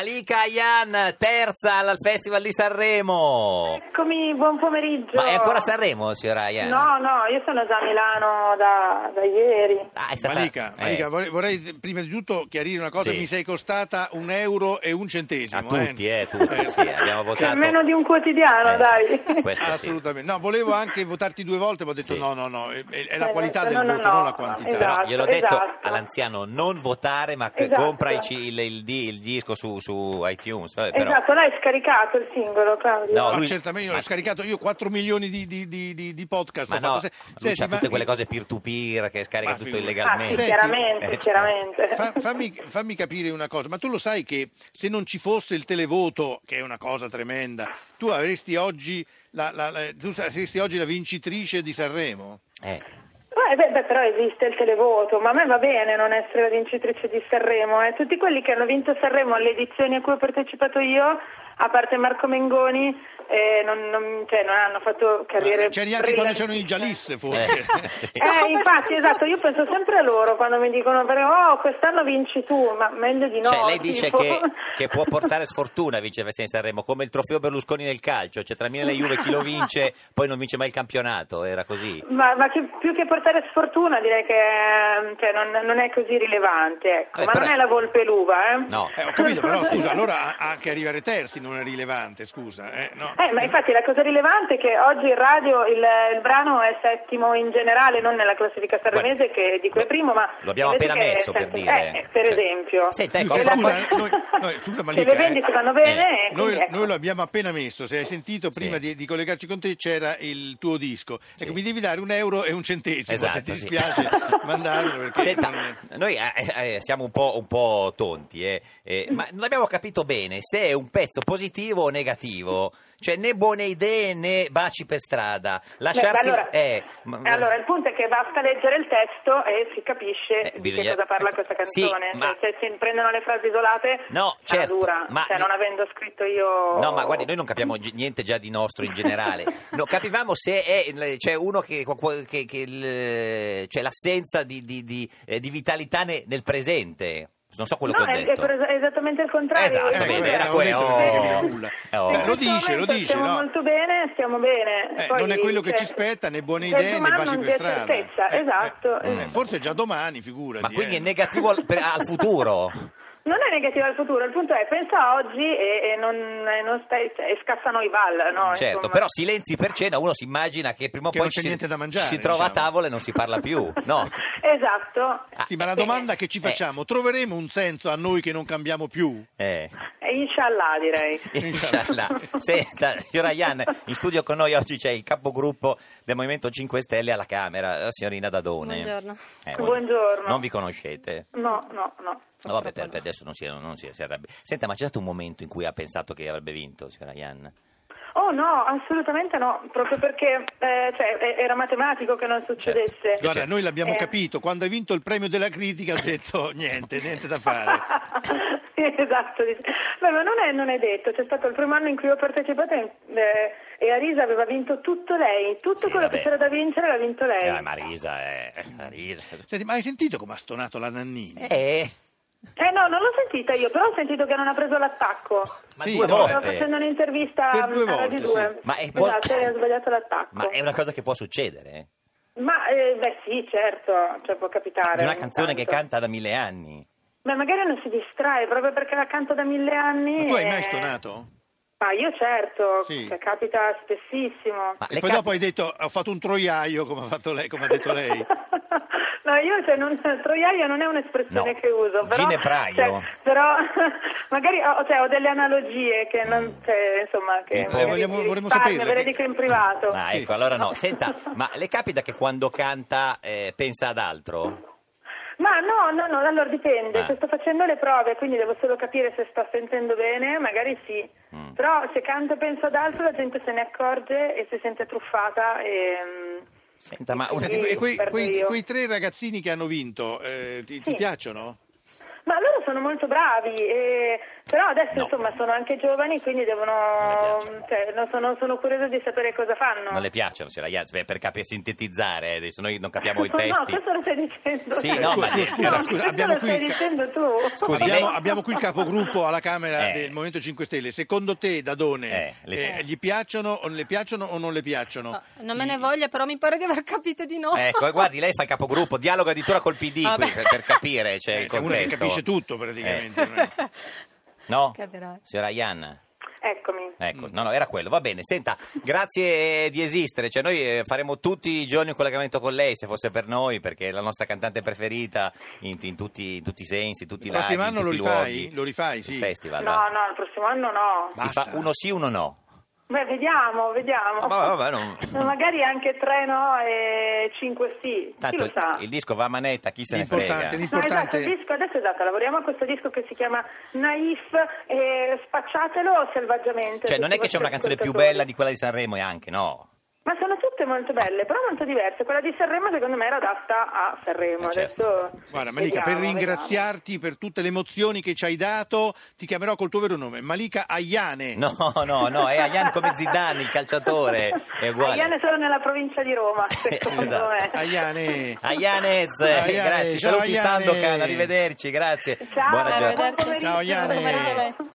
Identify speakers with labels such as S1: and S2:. S1: Malika Ayan, terza al Festival di Sanremo.
S2: Eccomi, buon pomeriggio.
S1: Ma è ancora a Sanremo, signora Ayan?
S2: No, no, io sono già a Milano da, da ieri.
S1: Ah, è stata-
S3: Malika,
S1: eh,
S3: Malika, vorrei, vorrei prima di tutto chiarire una cosa,
S1: Sì.
S3: mi sei costata un euro e un
S1: A
S3: centesimo.
S1: tutti, eh, tutti, sì, abbiamo votato.
S2: Meno di un quotidiano,
S1: Eh,
S2: dai.
S1: questo sì.
S3: Assolutamente. No, volevo anche votarti due volte, ma ho detto
S1: Sì.
S3: no, no, no, è, è la
S2: Eh,
S3: qualità
S2: no,
S3: del
S2: no,
S3: voto,
S2: no,
S3: non la quantità.
S2: esatto.
S1: No, gliel'ho detto
S2: esatto.
S1: all'anziano non votare ma c-
S2: Esatto.
S1: compra il, il- il di- il disco su, su iTunes vabbè, però-
S2: Esatto, l'hai scaricato il singolo, Claudio?
S1: No,
S3: Ma
S1: lui-
S3: certamente io
S1: ma-
S3: l'ho scaricato io 4 milioni di, di- di- di- di podcast.
S1: ma
S3: ho
S1: no,
S3: fatto. Se-
S1: lui
S3: senti,
S1: c'ha
S3: ma-
S1: tutte quelle cose peer to peer che scarica
S3: Ma
S1: tutto
S3: figurati.
S2: ah, sì,
S1: illegalmente
S3: Senti,
S2: chiaramente,
S1: Eh,
S2: chiaramente.
S3: Fa- fammi, fammi capire una cosa, ma tu lo sai che se non ci fosse il televoto, che è una cosa tremenda, tu avresti oggi la, la- la- tu saresti oggi la vincitrice di Sanremo?
S1: eh.
S2: Beh, beh, beh, però esiste il televoto, ma a me va bene non essere la vincitrice di Sanremo. eh. Tutti quelli che hanno vinto Sanremo alle edizioni a cui ho partecipato io, a parte Marco Mengoni, eh, non, non- cioè, non hanno fatto carriere.
S3: Ma C'eri anche Cioè, quando c'erano i
S2: brillantissime.
S3: Jalisse, forse.
S1: Eh, sì.
S2: Eh, infatti, esatto, io penso sempre a loro quando mi dicono però, oh, quest'anno vinci tu, ma meglio di no.
S1: Cioè, lei dice
S2: tipo.
S1: che, che può portare sfortuna vincere il Festival di Sanremo, come il trofeo Berlusconi nel calcio, cioè tra Milan e Juve chi lo vince poi non vince mai il campionato, era così.
S2: Ma, ma che- più che portare sfortuna direi che ehm, cioè, non, non è così rilevante, ecco.
S1: Vabbè,
S2: ma
S1: però-
S2: non è la volpe l'uva, eh?
S1: No,
S3: Eh, ho capito, però scusa, allora a- anche arrivare terzi non è rilevante, scusa. eh, no.
S2: Eh, ma infatti la cosa rilevante è che oggi in radio il, il brano è settimo in generale, non nella classifica sanremese
S1: Guarda,
S2: che di cui è primo, ma...
S1: lo abbiamo
S2: invece
S1: appena
S2: che è
S1: messo per
S2: settimo.
S1: dire.
S2: Eh, eh, per
S1: Cioè-
S2: esempio.
S1: Senta, ecco,
S3: Oh, Scusa,
S1: a
S3: scusa,
S1: propos-
S3: noi- noi- scusa,
S2: Se
S3: Malika,
S2: le vendite
S3: eh,
S2: vanno bene...
S1: eh,
S2: quindi,
S3: Noi,
S2: ecco.
S3: noi lo abbiamo appena messo, se hai sentito prima
S1: Sì.
S3: di, di collegarci con te c'era il tuo disco. Ecco,
S1: Sì. Esatto,
S3: mi devi dare un euro e un centesimo, se ti
S1: sì.
S3: dispiace mandarlo perché
S1: Senta,
S3: non-
S1: noi eh, eh, siamo un po', un po' tonti, eh, eh, ma non abbiamo capito bene se è un pezzo positivo o negativo, cioè né buone idee né baci per strada. Lasciarsi.
S2: Beh, beh, allora,
S1: eh, ma- ma-
S2: allora, il punto è che basta leggere il testo e si capisce
S1: Eh, bisogna-
S2: di che cosa parla
S1: sì,
S2: questa
S1: sì,
S2: canzone.
S1: ma-
S2: Cioè, se si prendono le frasi isolate,
S1: No,
S2: sarà
S1: certo,
S2: dura.
S1: ma-
S2: Cioè, non avendo scritto io...
S1: No, ma guardi, noi non capiamo gi- niente già di nostro in generale. No, capivamo se è c'è uno che, che- che il- c'è l'assenza di, di- di, eh, di vitalità ne- nel presente. Non so quello
S2: No,
S1: che ho
S2: è,
S1: detto.
S2: è per- è esattamente il contrario.
S1: Esatto,
S2: Il
S3: Eh,
S1: vedi,
S2: punto
S3: vabbè,
S2: è-
S1: era
S3: ho detto
S1: quello.
S3: che non capivo nulla.
S1: Eh, oh.
S3: Beh, lo
S2: In questo
S3: dice, lo
S2: momento
S3: dice,
S2: Stiamo
S3: no?
S2: molto bene, stiamo bene.
S3: Eh,
S2: Poi,
S3: non è quello che
S2: cioè,
S3: ci spetta, né buone
S2: cioè,
S3: idee, né
S2: domani
S3: baci
S2: non
S3: per
S2: c'è
S3: strada.
S2: certezza,
S3: Eh, eh,
S2: esatto.
S1: Mm.
S3: eh,
S2: esatto.
S3: forse già domani, figurati.
S1: Ma quindi
S3: eh.
S1: è negativo al, per- al futuro?
S2: Non è negativa al futuro, il punto è pensa a oggi e, e non, e non stai, cioè, e scassano i ball, no?
S1: certo,
S2: Insomma.
S1: però silenzi per cena uno si immagina che prima o
S3: Che
S1: poi
S3: non c'è
S1: ci,
S3: niente da mangiare,
S1: si trova a
S3: diciamo.
S1: tavola e non si parla più. No.
S2: Esatto.
S1: Ah, eh,
S3: Sì, ma la domanda che ci facciamo, troveremo un senso a noi che non cambiamo più?
S1: Eh.
S2: Eh, Inshallah direi.
S1: Inshallah. Senta, signora Ian, in studio con noi oggi c'è il capogruppo del Movimento 5 Stelle alla Camera, la signorina Dadone.
S4: Buongiorno.
S1: Eh,
S2: Buongiorno.
S1: Non vi conoscete?
S2: No, no, no.
S1: No, vabbè, per,
S4: Purtroppo
S1: per adesso non si, non si, si arrabbia. Senta, ma c'è stato un momento in cui ha pensato che avrebbe vinto, signora Ian?
S2: Oh no, assolutamente no, proprio perché eh, cioè, e- era matematico che non succedesse.
S3: Guarda, noi l'abbiamo
S2: Eh.
S3: capito, quando hai vinto il premio della critica ha detto niente, niente da fare.
S2: Sì, esatto. Beh, ma non è, non è detto, c'è stato il primo anno in cui ho partecipato e, eh, e Arisa aveva vinto tutto lei, tutto
S1: Sì,
S2: quello
S1: vabbè.
S2: che c'era da vincere l'ha vinto lei.
S1: Eh, Marisa, eh, Marisa.
S3: Senti, ma hai sentito come ha stonato la Nannini?
S1: Eh,
S2: Eh no, non l'ho sentita io, però ho sentito che non ha preso l'attacco.
S1: ma
S3: Sì,
S1: due
S3: no,
S1: volte.
S2: Stavo facendo un'intervista
S3: Per
S2: a
S3: due volte,
S2: Radio
S3: sì.
S2: 2.
S1: Ma è
S2: esatto,
S1: poi-
S2: e ha sbagliato l'attacco.
S1: Ma è una cosa che può succedere. eh?
S2: Ma, eh, beh sì, certo, cioè può capitare.
S1: Di una
S2: ogni
S1: canzone che
S2: tanto.
S1: canta da mille anni.
S2: Beh, magari non si distrae proprio perché la canta da mille anni.
S3: Ma tu hai
S1: eh.
S3: mai
S2: e-
S3: stonato?
S2: Ma io certo,
S3: Sì.
S2: cioè, capita spessissimo.
S1: Ma
S3: E
S1: Ah, le
S3: poi
S1: ca-
S3: dopo hai detto ho fatto un troiaio come ha, fatto lei, come ha detto lei.
S2: No, io cioè, non, troiaio non è un'espressione
S1: No,
S2: che uso, però,
S1: ginepraio.
S2: cioè, però magari ho, cioè, ho delle analogie che non cioè, insomma che
S1: Un po'.
S2: magari
S3: Eh, vogliamo-
S2: mi
S3: vorremmo
S2: risparmio,
S3: saperle,
S2: ve le
S3: che-
S2: dico in privato.
S1: Ah,
S3: Sì.
S1: ecco, allora no. Senta, ma le capita che quando canta eh, pensa ad altro?
S2: Ma no, no, no, allora dipende,
S1: Ah.
S2: se sto facendo le prove, quindi devo solo capire se sto sentendo bene, magari sì.
S1: Mm.
S2: Però se canto e penso ad altro la gente se ne accorge e si sente truffata e mm,
S1: Senta, ma
S2: Sì,
S1: una-
S3: Senti, e quei,
S2: perdo
S3: quei-
S2: io.
S3: quei tre ragazzini che hanno vinto eh, ti, ti
S2: Sì.
S3: piacciono?
S2: Ma loro sono molto bravi, eh, però adesso
S1: No.
S2: insomma sono anche giovani, quindi devono.
S1: Non le piace.
S2: cioè, non sono, sono curiosa di sapere cosa fanno.
S1: Non le piacciono, signora Iazzi, beh, per capire sintetizzare, eh, adesso noi non capiamo i
S2: No,
S1: testi.
S2: questo lo stai dicendo.
S1: Sì,
S2: tu.
S1: no, ma-
S2: Scusa,
S1: scusa,
S3: scusa,
S2: questo
S3: abbiamo
S2: lo
S3: qui
S2: stai
S3: il ca-
S2: dicendo tu.
S1: Scusi,
S3: abbiamo,
S1: lei-
S3: abbiamo qui il capogruppo alla Camera
S1: Eh.
S3: del Movimento 5 Stelle. Secondo te, Dadone,
S1: Eh, le-
S3: eh, gli piacciono o non le piacciono o non le piacciono?
S4: No, non me ne
S3: I-
S4: voglia, però mi pare di aver capito di no.
S1: Ecco, e guardi, lei fa il capogruppo, dialoga addirittura col PD
S4: Vabbè.
S1: qui, per, per capire cioè,
S3: Eh,
S1: il
S3: c'è uno che
S1: contesto.
S3: capisce tutto praticamente. non è?
S1: No?
S4: Capirai.
S1: Signora Ianna?
S2: Eccomi.
S1: Ecco,
S3: Mm.
S1: no, no, era quello. Va bene, senta, grazie eh, di esistere. Cioè, noi eh, faremo tutti i giorni un collegamento con lei, se fosse per noi, perché è la nostra cantante preferita in, in tutti, in tutti i sensi, in tutti i
S3: Il
S1: laghi,
S3: prossimo
S1: in
S3: anno lo
S1: tutti i
S3: rifai?
S1: luoghi.
S3: Lo rifai, sì.
S1: Il festival.
S2: No,
S1: va.
S2: no, il prossimo anno no.
S1: Si
S3: Basta.
S1: fa uno sì, uno no.
S2: Beh, vediamo, vediamo.
S1: Ah, vabbè, vabbè, non-
S2: Ma Magari anche tre no e cinque sì. Chi
S1: Tanto
S2: lo sa?
S1: il disco va a manetta, chi se ne
S3: L'importante,
S1: frega.
S2: No, esatto,
S3: Importante-
S2: il disco adesso esatto, lavoriamo a questo disco che si chiama Naif, eh, spacciatelo selvaggiamente.
S1: Cioè, non è
S2: tutti
S1: che c'è
S2: i
S1: una
S2: vostri
S1: canzone più
S2: ascoltatori.
S1: bella di quella di Sanremo e anche, no.
S2: Ma sono tutte molto belle, però molto diverse. Quella di Sanremo secondo me era adatta a Sanremo.
S1: Eh, certo.
S2: Adesso
S3: Guarda, Malika, per
S2: vediamo,
S3: ringraziarti per tutte le emozioni che ci hai dato, ti chiamerò col tuo vero nome, Malika Ayane.
S1: No, no, no, è Ayan come Zidane, il calciatore, è uguale.
S2: Aiane solo nella provincia di Roma, secondo
S1: Esatto.
S2: me.
S3: Ayane.
S1: Aianez,
S3: Aiane,
S1: grazie,
S3: ciao
S1: saluti
S3: Aiane.
S1: Sandokan, arrivederci, grazie.
S2: Ciao,
S1: Buona giornata.
S2: buon pomeriggio.
S3: Ciao, Iane.
S4: Come anche lei.